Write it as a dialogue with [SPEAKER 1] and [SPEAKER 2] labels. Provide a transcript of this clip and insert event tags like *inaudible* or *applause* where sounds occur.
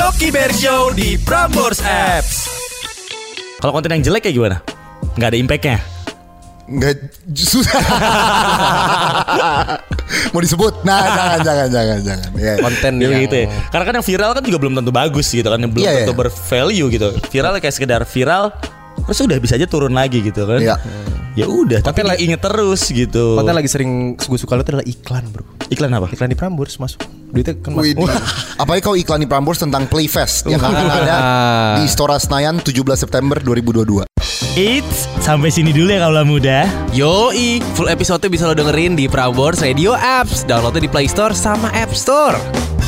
[SPEAKER 1] Oki Bear Show di Prambors Apps. Kalau konten yang jelek kayak gimana? Nggak ada impactnya.
[SPEAKER 2] Nggak susah. *laughs* Mau disebut? Nah, jangan, jangan, jangan, jangan. Ya.
[SPEAKER 3] konten
[SPEAKER 1] Dia
[SPEAKER 3] yang
[SPEAKER 1] gitu ya. Karena kan yang viral kan juga belum tentu bagus gitu kan, belum
[SPEAKER 2] Iya,
[SPEAKER 1] tentu
[SPEAKER 2] iya.
[SPEAKER 1] bervalue gitu. Viral kayak sekedar viral, terus udah bisa aja turun lagi gitu kan.
[SPEAKER 2] Iya.
[SPEAKER 1] Ya udah, tapi
[SPEAKER 3] Konten
[SPEAKER 1] lagi inget terus gitu.
[SPEAKER 3] konten lagi sering gue suka lu tuh adalah iklan bro
[SPEAKER 1] Iklan apa?
[SPEAKER 3] iklan di Prambors masuk duitnya kan
[SPEAKER 2] Wih,
[SPEAKER 3] masuk Wah,
[SPEAKER 2] apalagi kau iklan di Prambors tentang Playfest yang akan ada di Istora Senayan 17 September 2022.
[SPEAKER 1] It's sampai sini dulu ya kaulah muda.
[SPEAKER 4] Yoi, full episode bisa lo dengerin di Prambors Radio Apps. Downloadnya di Play Store sama App Store.